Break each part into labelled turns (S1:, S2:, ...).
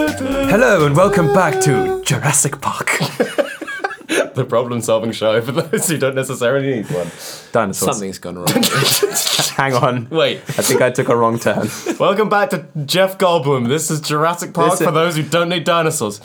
S1: Hello and welcome back to Jurassic Park.
S2: the problem solving show for those who don't necessarily need one.
S1: Dinosaurs.
S3: Something's gone wrong.
S1: Hang on.
S2: Wait,
S1: I think I took a wrong turn.
S2: welcome back to Jeff Goldblum. This is Jurassic Park
S1: This is-
S2: for those who don't need dinosaurs.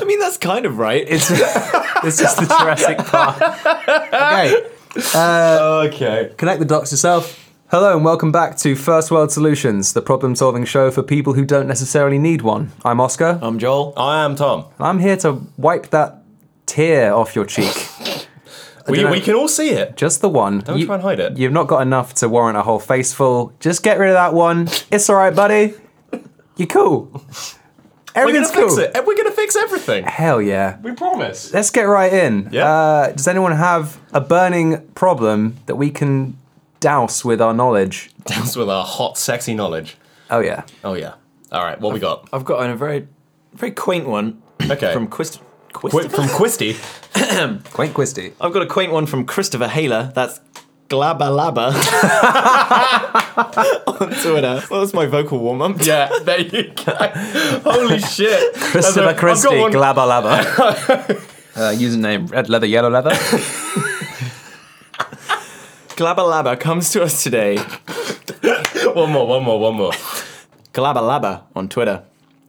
S3: I mean, that's kind of right.
S1: It's this is the Jurassic Park. Okay.
S2: Okay.
S1: Connect the dots yourself. Hello and welcome back to First World Solutions, the problem-solving show for people who don't necessarily need one. I'm Oscar.
S3: I'm Joel.
S2: I am Tom.
S1: I'm here to wipe that tear off your cheek.
S2: We,
S1: dunno.
S2: we can all see it.
S1: Just the one. Don't
S2: try and hide it.
S1: You've not got enough to warrant a whole face full. Just get rid of that one. It's all right, buddy. You're cool.
S2: We're gonna
S1: Everything's cool.
S2: fix it. And we're gonna fix everything.
S1: Hell yeah.
S2: We promise.
S1: Let's get right in.
S2: Yeah.
S1: Uh, does anyone have a burning problem that we can douse with our knowledge?
S2: That's with our hot, sexy knowledge.
S1: Oh yeah.
S2: Oh yeah. All right. What we got?
S3: I've got a very, very quaint one
S2: Okay.
S3: from Quist.
S2: Qu-
S3: Quist-
S2: from Quisty.
S1: Quaint quisty.
S3: I've got a quaint one from Christopher Haler. That's Glabalaba on Twitter. Well, that's my vocal warm up.
S2: Yeah. There you go. Holy shit.
S1: Christopher
S2: I've got
S1: Christie,
S2: one-
S1: glabba labba. uh, username red leather, yellow leather.
S3: Glabalaba comes to us today.
S2: One more. One more. One more.
S3: Glabalaba on Twitter,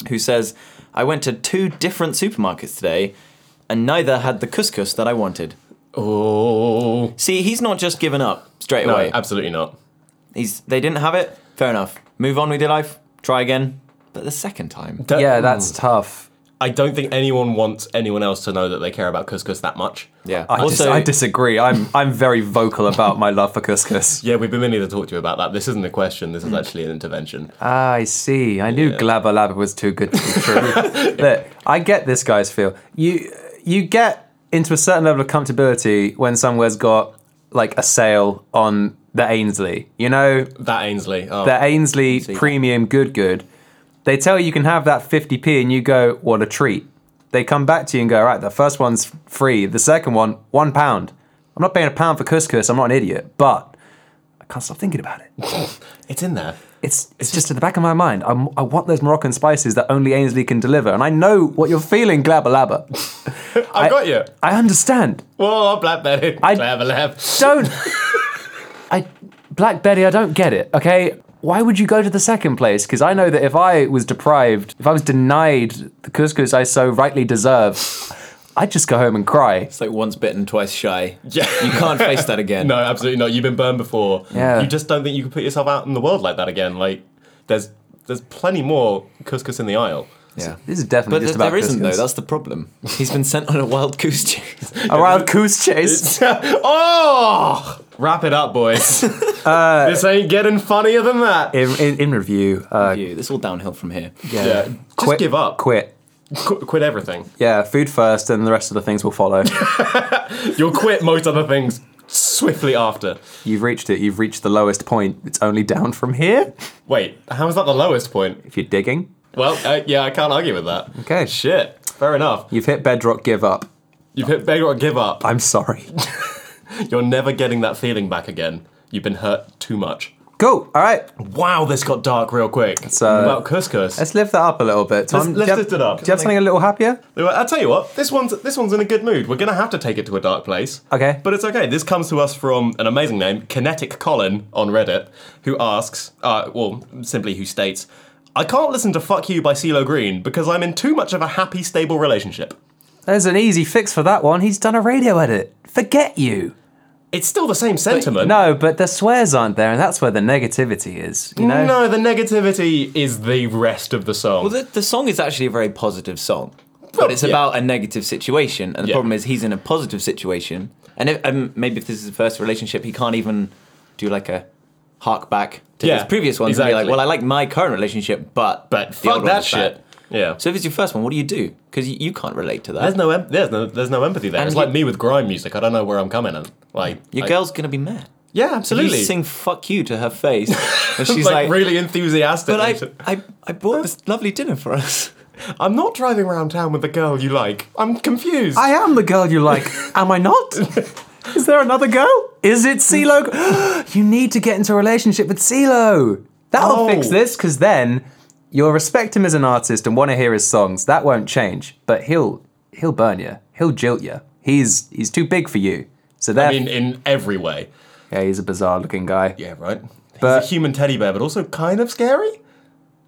S3: who says, I went to two different supermarkets today, and neither had the couscous that I wanted.
S2: Oh.
S3: See, he's not just given up straight
S2: No,
S3: away.
S2: absolutely not.
S3: He's they didn't have it. Fair enough. Move on with your life. Try again. But the second time,
S2: That-
S1: yeah, that's tough.
S2: I don't think anyone wants anyone else to know that they care about couscous that much.
S3: yeah.
S1: I, dis-
S3: also,
S1: I disagree. I'm I'm very vocal about my love for couscous.
S2: Yeah, we've been meaning to talk to you about that. This isn't a question. This is actually an intervention.
S1: Ah, I see. I knew
S2: Yeah.
S1: glabba labba was too good to be true. Look, I get this guy's feel. You you get into a certain level of comfortability when somewhere's got like a sale on the Ainsley. You know,
S2: That Ainsley. Oh,
S1: the Ainsley premium good good. They tell you you can have that 50p and you go, what a treat. They come back to you and go, all right, the first one's free. The second one, one pound. I'm not paying a pound for couscous. I'm not an idiot, but I can't stop thinking about it.
S2: it's in there.
S1: It's, it's just in the back of my mind. I'm, I want those Moroccan spices that only Ainsley can deliver. And I know what you're feeling, Glabba Labba.
S2: I've got you.
S1: I understand.
S2: Whoa, Blackberry.
S1: I-
S2: I have a lab.
S1: Don't. I, Black Betty, I don't get it, okay? Why would you go to the second place? Because I know that if I was deprived, if I was denied the couscous I so rightly deserve, I'd just go home and cry.
S3: it's like once bitten, twice shy.
S2: Yeah.
S3: You can't face that again.
S2: No, absolutely not. You've been burned before.
S1: Yeah.
S2: You just don't think you can put yourself out in the world like that again. Like, there's there's plenty more couscous in the aisle.
S3: Yeah.
S1: This is definitely
S3: But
S1: just
S3: th-
S1: about
S3: there isn't
S1: couscous.
S3: though. That's the problem. He's been sent on a wild goose chase.
S1: A wild goose chase.
S2: oh! Wrap it up, boys. Uh, this ain't getting funnier than that.
S1: In, in, in review, uh,
S3: You. This all downhill from here.
S1: yeah.
S2: yeah. Just
S1: Quit-
S2: give up.
S1: Quit.
S2: Qu- quit everything.
S1: Yeah, food first, and the rest of the things will follow.
S2: You'll quit most other things swiftly after.
S1: You've reached it. You've reached the lowest point. It's only down from here.
S2: Wait, how is that the lowest point?
S1: If you're digging,
S2: Well, uh, yeah, I can't argue with that.
S1: Okay.
S2: Shit. Fair enough.
S1: you've hit bedrock. Give up.
S2: You've hit beg or give up.
S1: I'm sorry.
S2: You're never getting that feeling back again. You've been hurt too much.
S1: cool. All right.
S2: Wow, this got dark real quick.
S1: uh,
S2: About couscous.
S1: Let's lift that up a little bit. Tom,
S2: Let's-
S1: do
S2: let's
S1: you have-
S2: lift it up.
S1: Do you have something a little happier?
S2: I'll tell you what. This one's this one's in a good mood. We're gonna have to take it to a dark place.
S1: Okay.
S2: But it's okay. This comes to us from an amazing name, Kinetic Colin on Reddit, who asks, uh, well, simply who states, "I can't listen to "Fuck You" by CeeLo Green because I'm in too much of a happy, stable relationship."
S1: There's an easy fix for that one. He's done a radio edit. Forget you.
S2: It's still the same sentiment.
S1: No, but the swears aren't there, and that's where the negativity is. You know.
S2: No, the negativity is the rest of the song.
S3: Well, the, the song is actually a very positive song, but it's
S2: yeah.
S3: about a negative situation, and the
S2: Yeah.
S3: problem is he's in a positive situation, and if, um, maybe if this is the first relationship, he can't even do like a hark back to
S2: Yeah,
S3: his previous ones and be
S2: exactly.
S3: like, "Well, I like my current relationship, but
S2: but
S3: the
S2: fuck
S3: old one
S2: that
S3: was bad."
S2: shit. Yeah.
S3: So if it's your first one, what do you do? Because you, you can't relate to that.
S2: There's no, em- there's no, there's no empathy there.
S3: And
S2: it's
S3: you-
S2: like me with grime music. I don't know where I'm coming at. Like
S3: your
S2: I-
S3: girl's gonna be mad.
S2: yeah,
S3: You
S2: absolutely.
S3: sing "fuck you" to her face, and she's
S2: like,
S3: like,
S2: really enthusiastic.
S3: "But I, I, I bought this lovely dinner for us."
S2: I'm not driving around town with the girl you like. I'm confused.
S1: I am the girl you like. am I not? Is there another girl? Is it CeeLo? you need to get into a relationship with CeeLo. That'll
S2: Oh.
S1: fix this, because then You'll respect him as an artist and want to hear his songs. That won't change. But he'll he'll burn you. He'll jilt you. He's he's too big for you. So there.
S2: I mean, in every way.
S1: yeah, he's a bizarre looking guy.
S2: Yeah, right. He's
S1: But-
S2: a human teddy bear, but also kind of scary.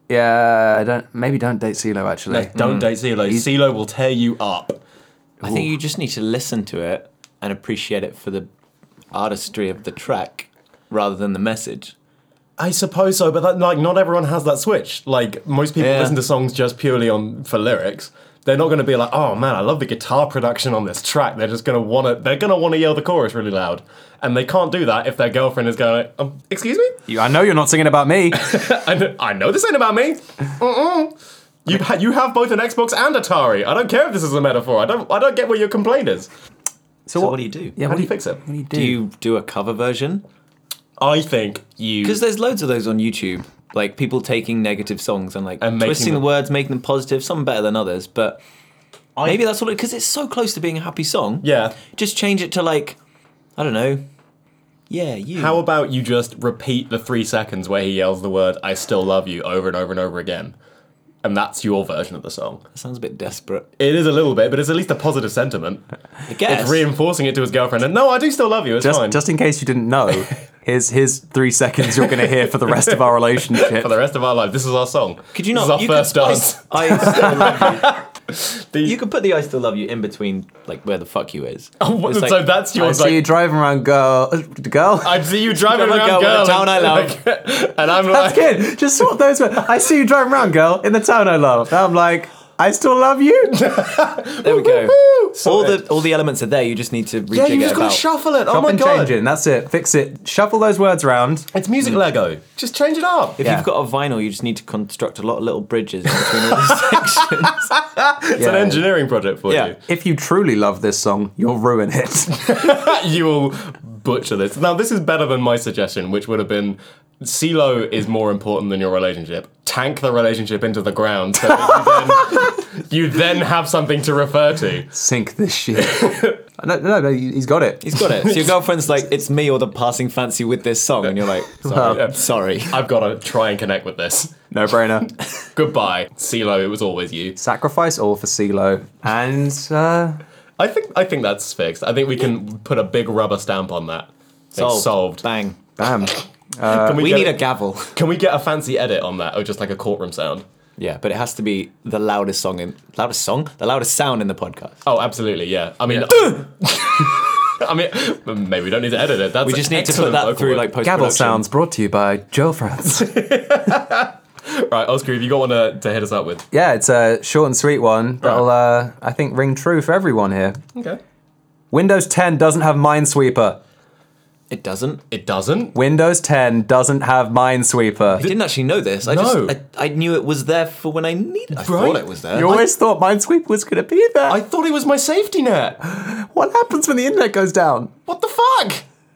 S1: Yeah, I don't. Maybe don't date CeeLo actually.
S2: No, don't date CeeLo. CeeLo will tear you up.
S3: I think you just need to listen to it and appreciate it for the artistry of the track rather than the message.
S2: I suppose so, but that, like not everyone has that switch. Like most people
S3: Yeah.
S2: listen to songs just purely on for lyrics. They're not going to be like, "Oh man, I love the guitar production on this track." They're just going to want to. They're going to want to yell the chorus really loud, and they can't do that if their girlfriend is going, like, um, "Excuse me,
S1: You- I know you're not singing about me.
S2: I know, I know this ain't about me." Mm-mm. You ha- you have both an Xbox and Atari. I don't care if this is a metaphor. I don't I don't get what your complaint is.
S3: So, what, do you do?
S1: yeah,
S2: How
S1: what
S2: do you fix it?
S1: What do you do?
S3: Do you do a cover version?
S2: I think you
S3: Because there's loads of those on YouTube, like people taking negative songs and like
S2: And making
S3: twisting the
S2: them-
S3: words, making them positive, some better than others. But maybe that's what it because it's so close to being a happy song.
S2: yeah.
S3: just change it to like, I don't know. Yeah, you.
S2: How about you just repeat the three seconds where he yells the word "I still love you" over and over and over again, and that's your version of the song.
S3: that sounds a bit desperate.
S2: It is a little bit, but it's at least a positive sentiment.
S3: I guess.
S2: It's reinforcing it to his girlfriend, and no, I do still love you. It's
S1: just,
S2: fine
S1: just in case you didn't know, here's his three seconds you're going to hear for the rest of our relationship.
S2: for the rest of our life. This is our song.
S3: Could you
S2: This
S3: not?
S2: is our
S3: you
S2: first
S3: could,
S2: dance.
S3: I, I still love you.
S2: The-
S3: you could put the I still love you in between, like where the fuck you is.
S2: What-
S3: It's like,
S2: Oh, so that's
S1: I
S2: yours.
S1: see you
S2: Like,
S1: driving around, girl. uh, Girl,
S2: I see you driving
S3: Drive a
S2: around,
S3: girl in
S2: girl,
S3: the town I
S2: and- and I'm like,
S1: that's good. Just swap those. words. I see you driving around, girl, in the town I love. And I'm like, I still love you. Oh
S3: There we go. all
S2: Sorted.
S3: the all the elements are there. You just need to rejig
S2: yeah, you
S3: it
S2: just gotta
S3: about.
S2: shuffle it. oh
S1: Chop
S2: my
S1: and
S2: god,
S1: change it. and That's it. Fix it. Shuffle those words around.
S2: it's music Lego. Just change it up.
S3: if
S1: Yeah.
S3: you've got a vinyl, you just need to construct a lot of little bridges in between all the sections.
S2: It's an engineering project for
S3: Yeah.
S2: you.
S1: If you truly love this song, you'll ruin it.
S2: you will butcher this. Now, this is better than my suggestion, which would have been CeeLo is more important than your relationship. Tank the relationship into the ground so that you then, you then have something to refer to.
S1: Sink this shit. no, no, no, he's got it.
S3: He's got it. So your girlfriend's like, "It's me or the passing fancy with this song," and you're like, "Sorry,
S2: Well-
S3: sorry."
S2: I've got to try and connect with this.
S1: No brainer.
S2: Goodbye, CeeLo, it was always you.
S1: Sacrifice all for CeeLo. And uh,
S2: I think I think that's fixed. I think we can put a big rubber stamp on that. It's solved.
S3: Bang.
S1: bam.
S2: Can
S3: Uh, We
S2: get
S3: need a
S2: it-
S3: gavel.
S2: Can we get a fancy edit on that, or just like a courtroom sound?
S3: Yeah, but it has to be the loudest song in loudest song, the loudest sound in the podcast.
S2: Oh, absolutely, yeah. I mean, I mean, maybe we don't need to edit it. That's
S3: We just need to put that through like post
S1: Gavel Sounds brought to you by Joe France.
S2: Right, Oscar, have you got one uh, to, to hit us up with?
S1: yeah, it's a short and sweet one that'll, uh, I think, ring true for everyone here.
S2: Okay.
S1: Windows 10 doesn't have Minesweeper.
S3: It doesn't.
S2: It doesn't.
S1: Windows 10 doesn't have
S3: I
S1: Minesweeper.
S3: didn't actually know this. I
S2: No.
S3: just I, I knew it was there for when I needed. I thought
S2: Right.
S3: it was there.
S1: You always thought Minesweeper was going to be there.
S2: I thought it was my safety net.
S1: what happens when the internet goes down?
S2: What the fuck?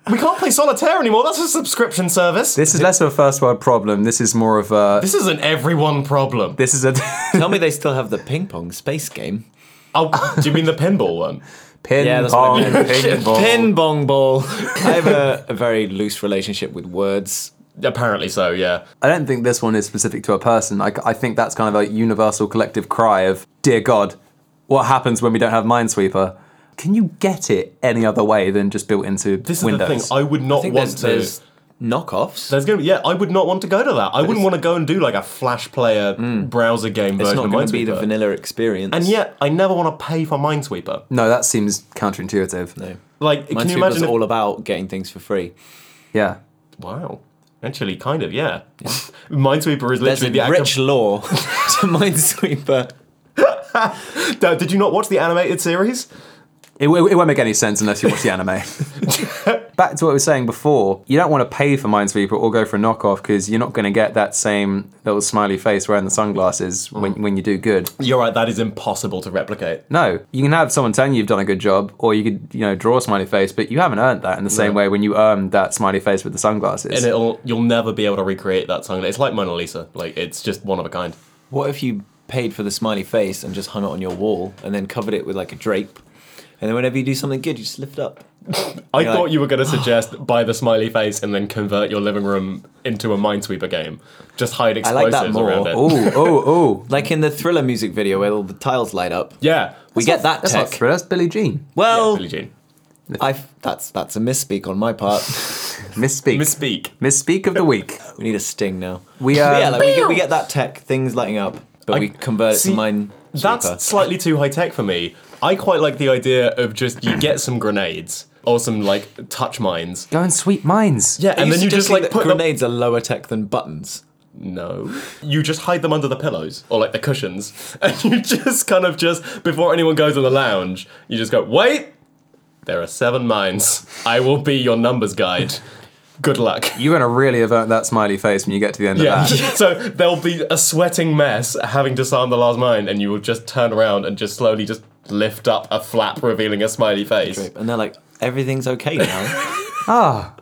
S2: We can't play solitaire anymore. That's a subscription service. This,
S1: This is less of a first world problem. This is more of a.
S2: is an everyone problem.
S1: This is a
S3: Tell me they still have the ping pong space game.
S2: Oh, do you mean the pinball one?
S1: pin
S3: Yeah, that's what I
S1: pong
S3: meant.
S1: ping ball.
S3: Pin bong ball. I have a, a very loose relationship with words.
S2: Apparently so. Yeah.
S1: I don't think this one is specific to a person. I, I think that's kind of a universal collective cry of, dear God, what happens when we don't have Minesweeper? Can you get it any other way than just built into
S2: This is
S1: Windows?
S2: the thing. I would not
S3: I think
S2: want
S3: there's,
S2: to.
S3: there's knockoffs.
S2: There's gonna be yeah. I would not want to go to that. I wouldn't want to go and do like a flash player browser game
S3: Hmm. It's
S2: version
S3: not
S2: of
S3: going to
S2: Minesweeper.
S3: be the vanilla experience.
S2: and yet, I never want to pay for Minesweeper.
S1: no, that seems counterintuitive.
S3: no.
S2: Like, can you
S3: Minesweeper's
S2: imagine? if-
S3: all about getting things for free.
S1: Yeah.
S2: Wow. Actually, kind of, yeah. Minesweeper is
S3: There's
S2: literally
S3: a
S2: the act
S3: rich law to Minesweeper.
S2: of- Uh, Did you not watch the animated series?
S1: It, w- it won't make any sense unless you watch the anime. Back to what I was saying before, you don't want to pay for Minesweeper or go for a knockoff because you're not going to get that same little smiley face wearing the sunglasses
S2: Mm.
S1: when, when you do good.
S2: You're right, that is impossible to replicate.
S1: No, you can have someone telling you you've done a good job, or you could, you know, draw a smiley face, but you haven't earned that in the same way when you earned that smiley face with the sunglasses.
S2: And it'll you'll never be able to recreate that song. It's like Mona Lisa. Like it's just one of a kind.
S3: What if you paid for the smiley face and just hung it on your wall and then covered it with like a drape And then whenever you do something good, you just lift up.
S2: I
S3: You're
S2: thought
S3: like- "Ah."
S2: you were going to suggest buy the smiley face and then convert your living room into a Minesweeper game. Just hide
S3: like
S2: explosives
S3: that more.
S2: around it.
S1: Oh, oh, oh.
S3: Like in the Thriller music video where all the tiles light up.
S2: Yeah.
S3: we get that
S1: That's not
S3: tech.
S1: Thriller, that's Billie Jean.
S2: Yeah,
S3: well,
S2: Billie Jean.
S3: I that's that's a misspeak on my part.
S1: Misspeak.
S2: Misspeak.
S1: Misspeak of the week.
S3: we need a sting now.
S1: We,
S3: But
S1: um,
S3: yeah, like we, get, we get that tech things lighting up, but we convert it
S2: see,
S3: to mine.
S2: That's
S3: sweeper.
S2: slightly too high tech for me. I quite like the idea of just you get some grenades or some like touch mines.
S1: Go and sweep mines.
S2: Yeah,
S3: Are
S2: and then you just
S3: suggesting
S2: like
S3: that
S2: put them.
S3: grenades are lower tech than buttons.
S2: No, you just hide them under the pillows or like the cushions, and you just kind of just before anyone goes on the lounge, you just go wait. There are seven mines. I will be your numbers guide. Good luck.
S1: You're going to really avert that smiley face when you get to the end
S2: Yeah.
S1: of that.
S2: so there'll be a sweating mess having disarmed the last mine, and you will just turn around and just slowly just lift up a flap, revealing a smiley face.
S3: And they're like, everything's okay now.
S1: Ah,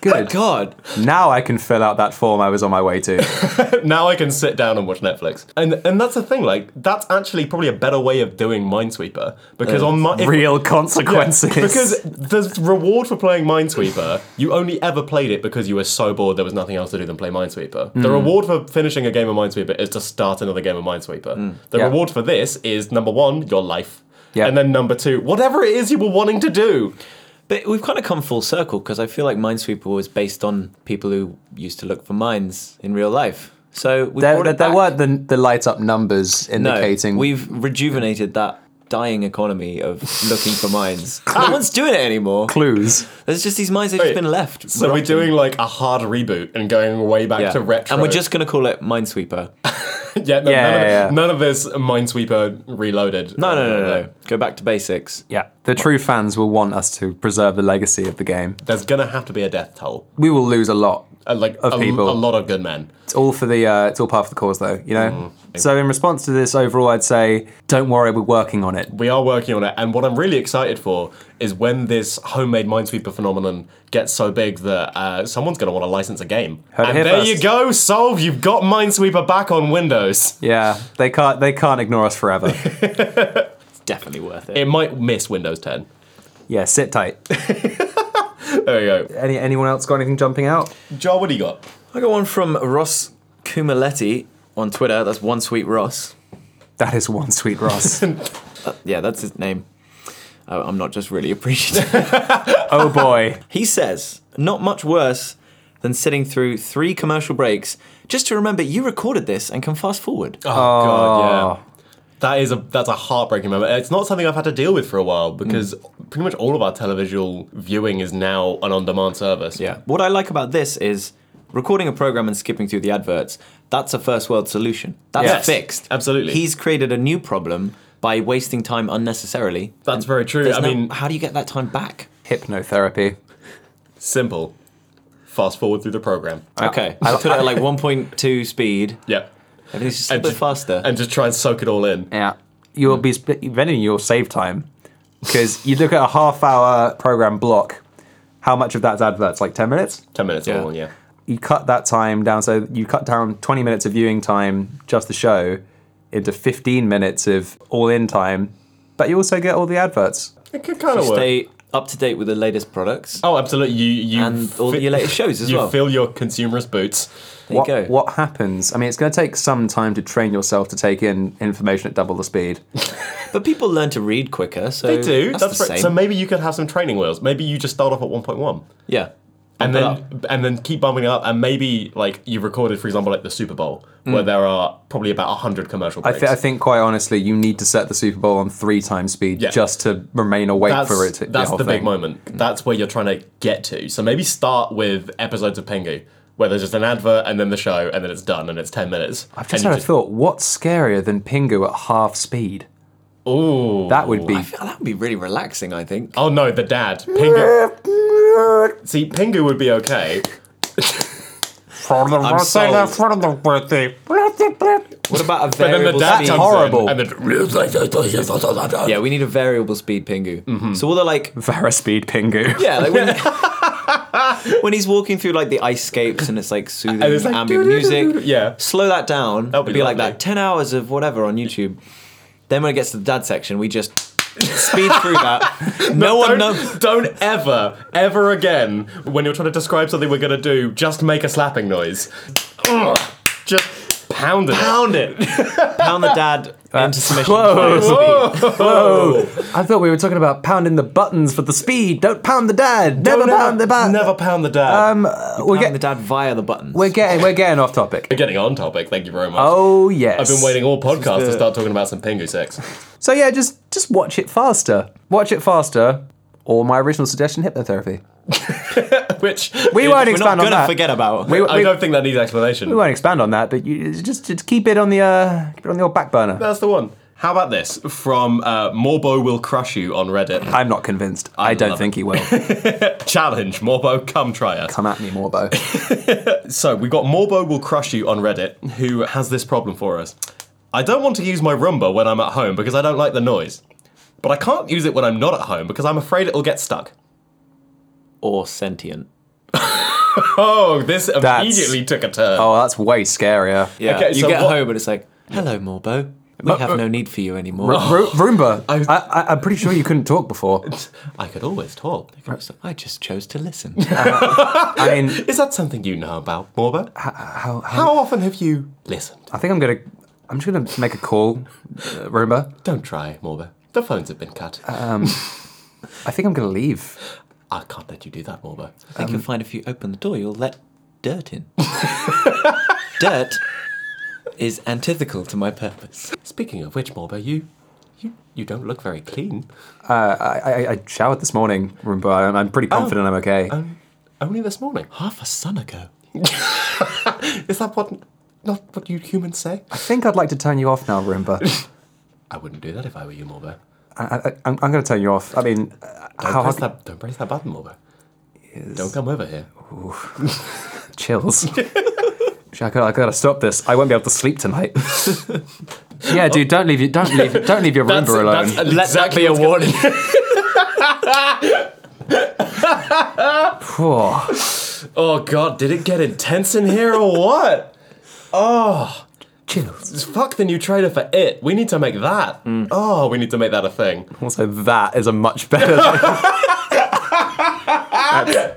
S1: good.
S3: God,
S1: Now I can fill out that form I was on my way to.
S2: now I can sit down and watch Netflix. And and that's the thing. Like that's actually probably a better way of doing Minesweeper because on my if-
S1: Real
S2: Yeah,
S1: consequences.
S2: because the reward for playing Minesweeper, you only ever played it because you were so bored there was nothing else to do than play Minesweeper.
S3: Hmm.
S2: The reward for finishing a game of Minesweeper is to start another game of Minesweeper.
S3: Hmm.
S2: The
S1: Yeah.
S2: reward for this is number one, your life.
S1: Yeah.
S2: And then number two, whatever it is you were wanting to do.
S3: but we've kind of come full circle because I feel like Minesweeper was based on people who used to look for mines in real life. So we
S1: there
S3: brought
S1: there,
S3: it
S1: there weren't
S3: back.
S1: the, the light up numbers indicating.
S3: No, we've rejuvenated that dying economy of looking for mines. no one's doing it anymore.
S1: clues.
S3: There's just these mines that have just
S2: Wait,
S3: been left.
S2: So we're doing like a hard reboot and going way back
S3: Yeah.
S2: to retro.
S3: And we're just going to call it Minesweeper.
S2: yeah, no,
S1: Yeah,
S2: none, of,
S1: yeah, yeah.
S2: none of this Minesweeper reloaded. Uh,
S3: No, no, no, no, no. Go back to basics.
S1: Yeah. The true fans will want us to preserve the legacy of the game.
S2: There's gonna have to be a death toll.
S1: We will lose a lot.
S2: Uh, like
S1: Of
S2: a,
S1: people.
S2: a lot of good men.
S1: It's all for the. Uh, it's all part of the cause, though. You know. So in response to this overall, I'd say don't worry, we're working on it.
S2: We are working on it, and what I'm really excited for is when this homemade Minesweeper phenomenon gets so big that uh, someone's going to want to license a game.
S1: Heard it
S2: and
S1: here
S2: there
S1: first.
S2: you go, Solve, you've got Minesweeper back on Windows.
S1: Yeah, they can't. They can't ignore us forever.
S3: It's definitely worth it.
S2: It might miss Windows 10.
S1: yeah, sit tight.
S2: There you go.
S1: Any anyone else got anything jumping out?
S2: Jar, what do you got?
S3: I got one from Ross Kumaletti on Twitter. That's one sweet Ross.
S1: That is one sweet Ross.
S3: Yeah, that's his name. I- I'm not just really appreciative.
S1: oh boy.
S3: he says, not much worse than sitting through three commercial breaks just to remember you recorded this and can fast forward.
S2: Oh,
S3: Ah.
S2: God, yeah. That is a that's a heartbreaking moment. It's not something I've had to deal with for a
S3: Mm.
S2: while because pretty much all of our televisual viewing is now an on-demand service.
S3: Yeah. What I like about this is recording a program and skipping through the adverts. That's a first world solution. That's
S2: Yes,
S3: fixed.
S2: absolutely.
S3: He's created a new problem by wasting time unnecessarily.
S2: That's very true.
S3: There's
S2: I
S3: no-
S2: mean,
S3: how do you get that time back?
S1: Hypnotherapy.
S2: simple. Fast forward through the program.
S3: Okay, I put it at like 1.2 speed.
S2: Yeah.
S3: Everything's just Uh, a bit
S2: ju-
S3: faster.
S2: And just try and soak it all in.
S1: Yeah. You'll be sp- if anything, you'll save time because you look at a half-hour program block. How much of that's adverts? Like ten minutes.
S2: 10 minutes
S3: Yeah.
S2: all, yeah.
S1: You cut that time down, so you cut down twenty minutes of viewing time just the show into fifteen minutes of all-in time, but you also get all the adverts.
S2: It could kind
S3: You
S2: of work.
S3: stay up to date with the latest products.
S2: oh, absolutely. You you
S3: And all your latest shows as
S2: you
S3: well.
S2: fill your consumerist boots.
S3: There
S1: what,
S3: you go.
S1: what happens? I mean, it's going to take some time to train yourself to take in information at double the speed.
S3: But people learn to read quicker, so
S2: They do.
S3: That's,
S2: That's,
S3: the
S2: right.
S3: same.
S2: So maybe you could have some training wheels. Maybe you just start off at 1.1.
S3: yeah.
S2: And
S3: Bump
S2: then
S3: it
S2: and then keep bumping it up, and maybe like you recorded, for example, like the Super Bowl, where there are probably about hundred commercial
S1: Mm. I,
S2: breaks.
S1: th- I think, quite honestly, you need to set the Super Bowl on three times speed
S2: Yeah.
S1: just to remain awake
S2: that's
S1: for it. To,
S2: that's
S1: the, whole
S2: the big
S1: thing. Mm.
S2: moment. That's where you're trying to get to. So maybe start with episodes of Pengu, where there's just an advert and then the show, and then it's done, and it's ten minutes.
S1: I've just
S2: and
S1: had
S2: you
S1: a thought. What's scarier than Pingu at half speed?
S2: Ooh.
S1: That would be.
S3: I feel that would be really relaxing. I think.
S2: Oh no, the dad. Pingu. See, Pingu would be okay.
S3: I'm sold. What about a
S2: And then the
S3: variable
S2: dad comes
S1: That's
S3: speed?
S2: in,
S1: horrible.
S2: and then
S3: Yeah, we need a variable speed Pingu. So all the like,
S1: Vera speed Pingu.
S3: yeah, like when, when he's walking through like the ice scapes and it's like soothing
S2: And it's like,
S3: ambient music.
S2: yeah.
S3: slow that down.
S2: That'll be
S3: It'll be like
S2: lovely.
S3: that. Ten hours of whatever on YouTube. Then when it gets to the dad section, we just Speed through that. No one knows.
S2: Don't, don't ever, ever again, when you're trying to describe something we're gonna do, just make a slapping noise. Ugh. just pound it.
S3: Pound it. Pound the dad into submission.
S1: Whoa.
S3: Whoa.
S1: Whoa! I thought we were talking about pounding the buttons for the speed. Don't pound the dad. Never
S2: Don't
S1: pound the button.
S2: Never pound the dad.
S1: Um, we're,
S3: Pound
S1: get,
S3: the dad via the buttons.
S1: we're getting we're getting off topic.
S2: We're getting on topic. Thank you very much.
S1: Oh yes.
S2: I've been waiting all podcasts to
S3: the-
S2: start talking about some pingu sex.
S1: So yeah, just just watch it faster. Watch it faster. Or my original suggestion, hypnotherapy.
S2: Which
S1: We
S2: is-
S1: won't
S3: We're not
S1: expand on
S3: gonna
S1: that.
S3: forget about.
S1: We,
S2: I
S1: we-
S2: don't think that needs explanation.
S1: we won't expand on that, but you, just, just keep it on the uh, keep it on the old back burner.
S2: That's the one. How about this from uh, Morbo will crush you on Reddit?
S1: I'm not convinced. I, don't
S2: love
S1: think he will.
S2: Challenge Morbo, come try us.
S1: Come at me, Morbo.
S2: So we've got Morbo will crush you on Reddit, who has this problem for us. I don't want to use my Roomba when I'm at home because I don't like the noise, but I can't use it when I'm not at home because I'm afraid it'll get stuck.
S3: Or sentient.
S2: Oh, this
S1: That's-
S2: immediately took a turn.
S1: Oh, that's way scarier.
S3: Yeah.
S2: Okay,
S3: you
S2: so
S3: get
S2: what-
S3: home and it's like, hello, Morbo. We have no need for you anymore.
S1: Ro- Roomba, I,
S2: I-
S1: I, I'm pretty sure you couldn't talk before.
S2: I could always talk.
S3: I just chose to listen.
S1: I mean,
S2: Is that something you know about, Morbo? How, how often have you listened?
S1: I think I'm gonna. I'm just gonna make a call, uh, Roomba.
S2: Don't try, Morbo. The phones have been cut.
S1: I think I'm gonna leave.
S2: I can't let you do that, Morbo.
S3: I think you'll find if you open the door, you'll let dirt in. dirt is antithetical to my purpose.
S2: Speaking of which, Morbo, you, you, you don't look very clean.
S1: Uh, I, I, I showered this morning, Roomba. I'm, I'm pretty confident I'm okay.
S2: Um, only this morning.
S3: Half a sun ago.
S2: Is that what? Not what you humans say?
S1: I think I'd like to turn you off now, Roomba.
S2: I wouldn't do that if I were you, Morbo.
S1: I, I, I'm, I'm gonna turn you off. I mean, uh,
S2: Don't
S1: how
S2: press
S1: hard?
S2: that. Don't press that button, Morbo. Don't come over here.
S1: Chills. Shit, I gotta, I gotta stop this. I won't be able to sleep tonight. yeah, dude, don't leave you. Don't leave. Don't leave your Roomba alone.
S3: Let that be a warning.
S1: Phew.
S2: oh God, did it get intense in here or what?
S1: Chills.
S2: Fuck the new trailer for it. We need to make that.
S3: Mm.
S2: Oh, we need to make that a thing.
S1: Also, that is a much better.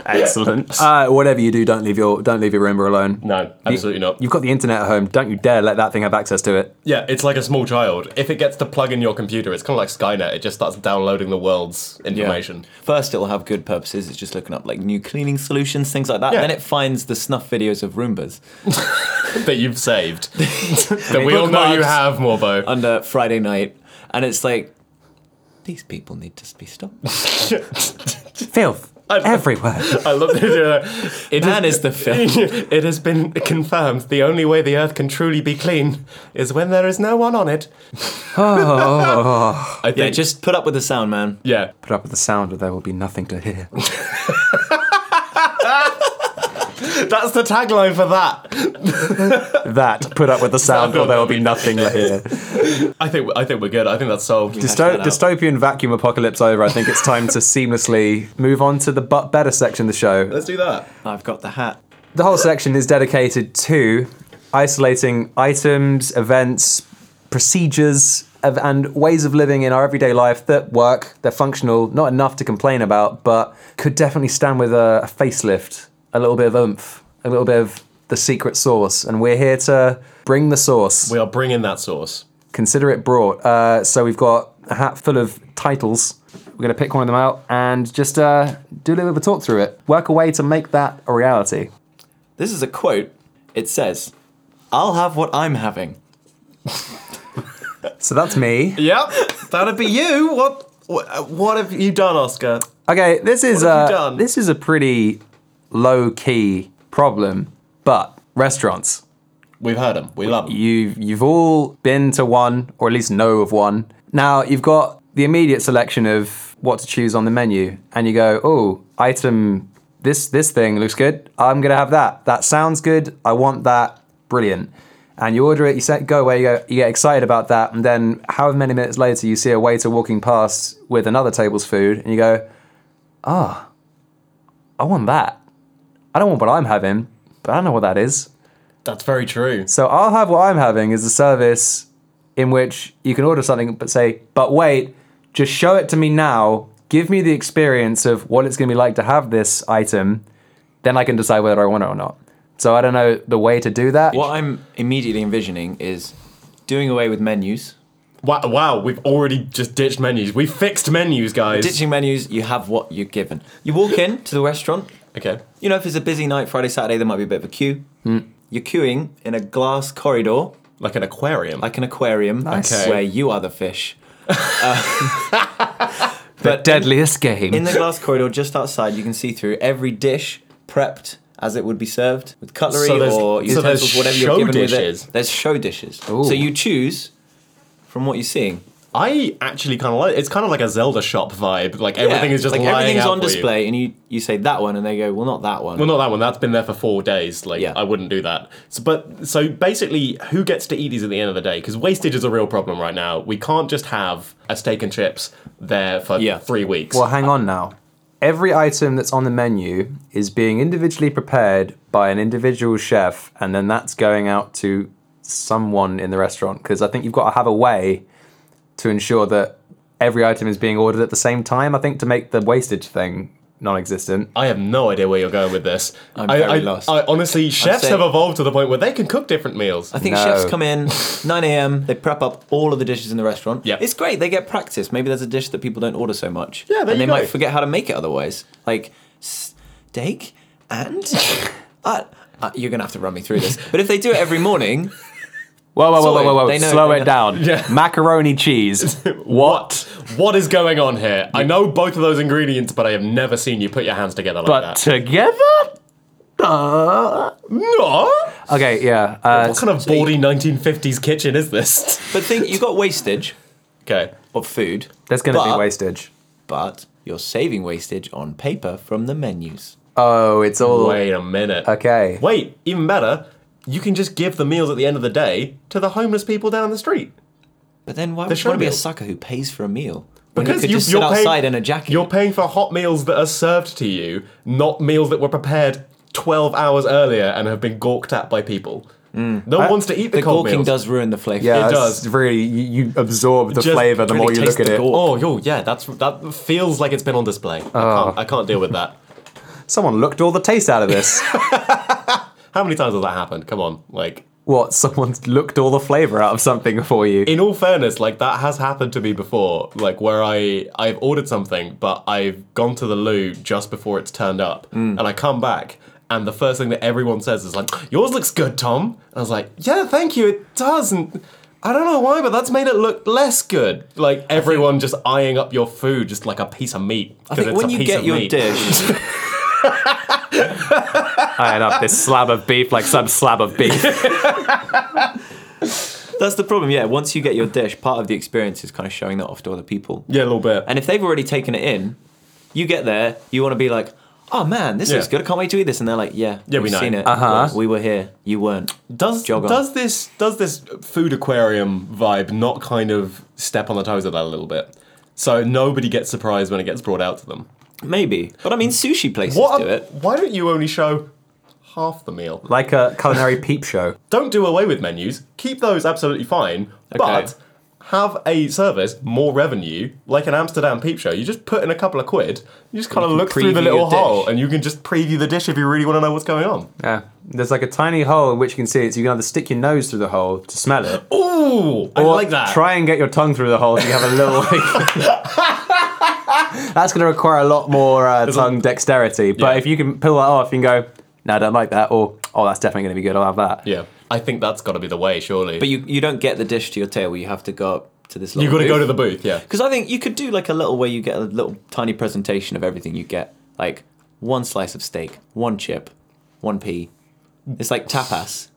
S2: Excellent.
S1: uh, whatever you do, don't leave your don't leave your Roomba alone.
S2: no, absolutely not.
S1: You've got the internet at home. Don't you dare let that thing have access to it.
S2: Yeah, it's like a small child. If it gets to plug in your computer, it's kind of like Skynet. It just starts downloading the world's information.
S3: First, it'll have good purposes. It's just looking up like new cleaning solutions, things like that.
S2: Yeah.
S3: Then it finds the snuff videos of Roombas
S2: that you've saved. that we all know you
S3: bookmarks.
S2: have, Morbo.
S3: under Friday night, and it's like, these people need to be stopped.
S1: Filth everywhere.
S2: I love that. you're- It
S3: Man is the filth.
S2: It has been confirmed the only way the earth can truly be clean is when there is no one on it. I think,
S3: Yeah, just put up with the sound, man.
S2: yeah.
S1: Put up with the sound, or there will be nothing to hear.
S2: That's the tagline for that.
S1: That put up with the sound, or there will be nothing to hear.
S2: I think I think we're good. I think that's solved.
S1: Dysto-
S3: Hashtag that
S1: dystopian vacuum apocalypse over. I think it's time to seamlessly move on to the but better section of the show.
S2: Let's do that.
S3: I've got the hat.
S1: The whole section is dedicated to isolating items, events, procedures, of, and ways of living in our everyday life that work, they're functional, not enough to complain about, but could definitely stand with a, a facelift, a little bit of oomph, a little bit of the secret sauce. And we're here to bring the sauce.
S2: We are bringing that source.
S1: Consider it brought. Uh, so we've got a hat full of titles. We're going to pick one of them out and just uh, do a little bit of a talk through it. Work a way to make that a reality.
S3: This is a quote. It says, I'll have what I'm having.
S1: So that's me.
S2: Yep, that'd be you. What what, what have you done, Oscar?
S1: Okay, this is
S2: What have you
S1: uh,
S2: done?
S1: this is a pretty low key problem, but restaurants.
S2: We've heard him. We love him.
S1: You've you've all been to one, or at least know of one. Now you've got the immediate selection of what to choose on the menu, and you go, oh, item this this thing looks good. I'm gonna have that. That sounds good. I want that. Brilliant. And you order it. You say, go away. You, go, you get excited about that, and then however many minutes later, you see a waiter walking past with another table's food, and you go, ah, I want that. I don't want what I'm having, but I know what that is.
S2: That's very true.
S1: So I'll have what I'm having is a service in which you can order something but say, but wait, Just show it to me now. Give me the experience of what it's going to be like to have this item. Then I can decide whether I want it or not. So I don't know the way to do that.
S3: What I'm immediately envisioning is doing away with menus.
S2: Wow, wow, we've already just ditched menus. We fixed menus, guys.
S3: Ditching menus, you have what you're given. You walk in to the restaurant.
S2: okay.
S3: You know, if it's a busy night, Friday, Saturday, there might be a bit of a queue.
S2: Hmm.
S3: You're queuing in a glass corridor,
S2: Like an aquarium.
S3: like an aquarium,
S1: Nice.
S3: where you are the fish.
S1: but deadliest game.
S3: In the glass corridor, just outside, you can see through every dish prepped as it would be served with cutlery
S2: So there's-
S3: or
S2: so there's
S3: utensils, whatever you're
S2: show
S3: given
S2: dishes.
S3: with it. There's show dishes.
S1: Ooh.
S3: So you choose from what you're seeing.
S2: I actually kind of like it's kind of like a Zelda shop vibe. Like everything
S3: Yeah,
S2: is just
S3: like
S2: lying
S3: everything's
S2: out
S3: on
S2: for you.
S3: display, and you you say that one, and they go, well, not that one.
S2: Well, not that one. That's been there for four days. Like,
S3: Yeah.
S2: I wouldn't do that. So, but so basically, who gets to eat these at the end of the day? Because wastage is a real problem right now. We can't just have a steak and chips there for
S3: Yeah.
S2: three weeks.
S1: Well, hang on now. Every item that's on the menu is being individually prepared by an individual chef, and then that's going out to someone in the restaurant. Because I think you've got to have a way to ensure that every item is being ordered at the same time. I think to make the wastage thing non-existent.
S2: I have no idea where you're going with this.
S3: I'm
S2: I,
S3: very
S2: I-
S3: lost.
S2: I- honestly, chefs
S3: saying-
S2: have evolved to the point where they can cook different meals.
S3: I think
S1: No.
S3: chefs come in 9 a.m. They prep up all of the dishes in the restaurant.
S2: Yeah.
S3: it's great. They get practice. Maybe there's a dish that people don't order so much.
S2: Yeah, there
S3: and they
S2: you go.
S3: might forget how to make it otherwise. Like steak and uh, uh, you're gonna have to run me through this. But if they do it every morning,
S1: Whoa, whoa, whoa,
S3: Sorry,
S1: whoa, whoa! whoa.
S3: they know-
S1: Slow
S3: they
S1: it
S3: know.
S1: down. Macaroni cheese.
S2: what? What is going on here? I know both of those ingredients, but I have never seen you put your hands together like
S1: but
S2: that.
S1: together. Uh,
S2: No.
S1: okay, yeah. Uh,
S2: What kind of baldy 1950s kitchen is this?
S3: but think you got wastage
S2: okay.
S3: of food.
S1: there's going to be
S3: but-
S1: wastage.
S3: but you're saving wastage on paper from the menus.
S1: Oh, it's all
S2: Wait a minute.
S1: okay.
S2: Wait, even better, you can just give the meals at the end of the day to the homeless people down the street.
S3: But then why would you
S2: show
S3: want to be a
S2: meal.
S3: sucker who pays for a meal? When
S2: Because
S3: you could
S2: you,
S3: just
S2: you're
S3: sit outside
S2: paying,
S3: in a jacket.
S2: You're paying for hot meals that are served to you, not meals that were prepared 12 hours earlier and have been gawked at by people. No one wants to eat the,
S3: Mm. the
S2: cold
S3: gawking
S2: meals.
S3: does ruin the flavour.
S1: Yeah,
S2: It
S1: it's
S2: does.
S1: Really, you, you absorb the
S2: Just
S1: flavor the
S3: really
S1: more you
S3: taste
S1: look at
S3: the
S1: it.
S3: gore.
S2: Oh, yo, yeah, that's that feels like it's been on display. I, can't, I can't deal with that.
S1: Someone looked all the taste out of this.
S2: How many times has that happened? Come on, like
S1: what? Someone's looked all the flavor out of something for you.
S2: in all fairness, like that has happened to me before, like where I I've ordered something, but I've gone to the loo just before it's turned up,
S3: Mm.
S2: and I come back, and the first thing that everyone says is like, "Yours looks good, Tom," and I was like, "Yeah, thank you, it does." And I don't know why, but that's made it look less good. Like everyone just eyeing up your food, just like a piece of meat.
S3: I think when you get your dish,
S1: Iron up this slab of beef like some slab of beef.
S3: that's the problem. Yeah, once you get your dish, part of the experience is kind of showing that off to other people.
S2: yeah, a little bit.
S3: And if they've already taken it in, you get there, you want to be like, "Oh man, this
S2: Yeah.
S3: looks good. I can't wait to eat this." And they're like, "Yeah,
S2: Yeah, we
S3: we've
S2: know.
S3: seen it.
S1: Uh-huh.
S3: We were here. You weren't."
S2: Does
S3: Jog on.
S2: does this does this food aquarium vibe not kind of step on the toes of that a little bit? So nobody gets surprised when it gets brought out to them.
S3: Maybe, but I mean, sushi places
S2: What?
S3: do it.
S2: Why don't you only show half the meal?
S1: like a culinary peep show.
S2: Don't do away with menus. Keep those absolutely fine, but have a service more revenue like an Amsterdam peep show. You just put in a couple of quid. You just kind of
S3: can
S2: look through the
S3: preview your
S2: little hole,
S3: dish.
S2: and you can just preview the dish if you really want to know what's going on.
S1: Yeah. There's like a tiny hole in which you can see it, so you can either stick your nose through the hole to smell it.
S2: Ooh, I
S1: or
S2: like that.
S1: Try and get your tongue through the hole so you have a little like That's gonna require a lot more uh, tongue dexterity. But
S2: Yeah.
S1: if you can pull that off, you can go, no, I don't like that, or oh that's definitely gonna be good, I'll have that.
S2: yeah, I think that's got to be the way, surely.
S3: But you, you don't get the dish to your table. You have to go up to this.
S2: you got to go to the booth. Yeah.
S3: because I think you could do like a little where you get a little tiny presentation of everything you get, like one slice of steak, one chip, one pea. It's like tapas.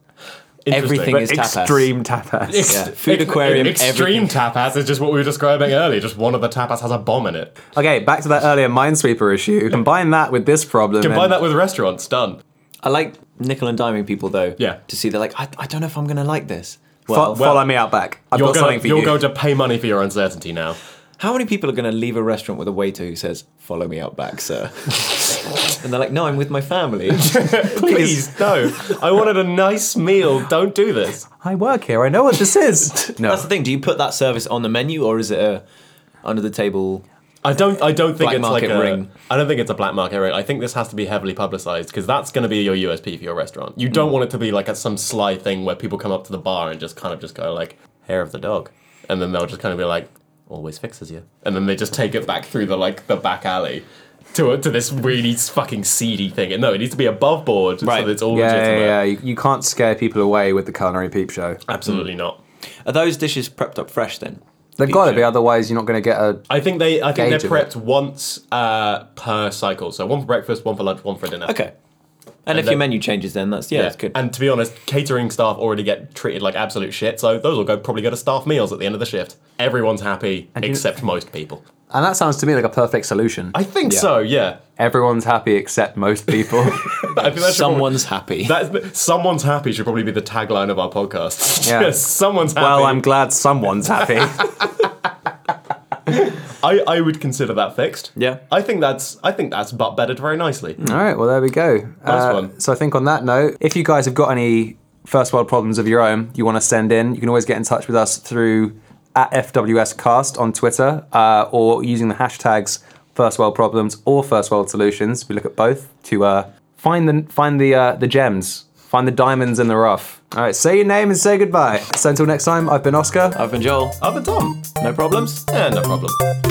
S2: Interesting.
S3: Everything
S2: But
S3: is tapas.
S1: Extreme tapas.
S2: ex-
S3: Yeah. Food aquarium,
S2: Extreme tapas is just what we were describing earlier. Just one of the tapas has a bomb in it.
S1: Okay, back to that earlier Minesweeper issue. Combine that with this problem.
S2: Combine
S1: and-
S2: that with restaurants. Done.
S3: I like nickel and diming people though.
S2: Yeah.
S3: To see they're like, I, I don't know if I'm gonna like this.
S1: Fo-
S3: Well,
S1: follow me out back. I've
S2: You're
S1: got
S2: going,
S1: something for
S2: you're
S1: you.
S2: going to pay money for your uncertainty now.
S3: how many people are gonna leave a restaurant with a waiter who says, "Follow me out back, sir," and they're like, "No, I'm with my family."
S2: Please, no. I wanted a nice meal. Don't do this.
S1: I work here. I know what this is. no.
S3: That's the thing. Do you put that service on the menu, or is it a under the table.
S2: I don't. I don't think
S3: Black
S2: it's like
S3: market
S2: a.
S3: ring.
S2: I don't think it's a black market ring. I think this has to be heavily publicized because that's going to be your USP for your restaurant. You
S1: Mm.
S2: don't want it to be like a, some sly thing where people come up to the bar and just kind of just go like hair of the dog, and then they'll just kind of be like always fixes you, and then they just take it back through the like the back alley. To, to this really fucking seedy thing. No, it needs to be above board so
S3: Right.
S2: that it's all
S1: Yeah, yeah,
S2: legitimate.
S1: yeah. You, you can't scare people away with the culinary peep show.
S2: Absolutely not.
S3: Are those dishes prepped up fresh then?
S1: They've got to
S2: show.
S1: be, otherwise you're not going to get a.
S2: I think they. I think
S1: Gauge
S2: they're
S1: of it.
S2: prepped once uh, per cycle. So one for breakfast, one for lunch, one for dinner.
S3: Okay. And, if
S2: then-
S3: your menu changes, then that's yeah,
S2: Yeah,
S3: that's good.
S2: And to be honest, catering staff already get treated like absolute shit, so those will go probably go to staff meals at the end of the shift. Everyone's happy
S1: you-
S2: except most people.
S1: And that sounds to me like a perfect solution.
S2: I think so. Yeah,
S1: Everyone's happy except most people.
S2: I think that's
S3: Someone's happy.
S2: That's the- someone's happy should probably be the tagline of our podcast.
S1: Yeah.
S2: Yes, someone's happy.
S1: well, I'm glad someone's happy.
S2: I, I would consider that fixed.
S3: Yeah.
S2: I think that's I think that's butt bedded very nicely.
S1: All right, well, there we go. Uh,
S2: Nice one.
S1: So I think on that note, if you guys have got any first world problems of your own you want to send in, you can always get in touch with us through at FWScast on Twitter uh, or using the hashtags first world problems or first world solutions. We look at both to uh, find the find the uh, the gems, find the diamonds in the rough. All right, say your name and say goodbye. So until next time, I've been Oscar.
S3: I've been Joel.
S2: I've been Tom.
S3: No problems.
S2: Yeah, no problem.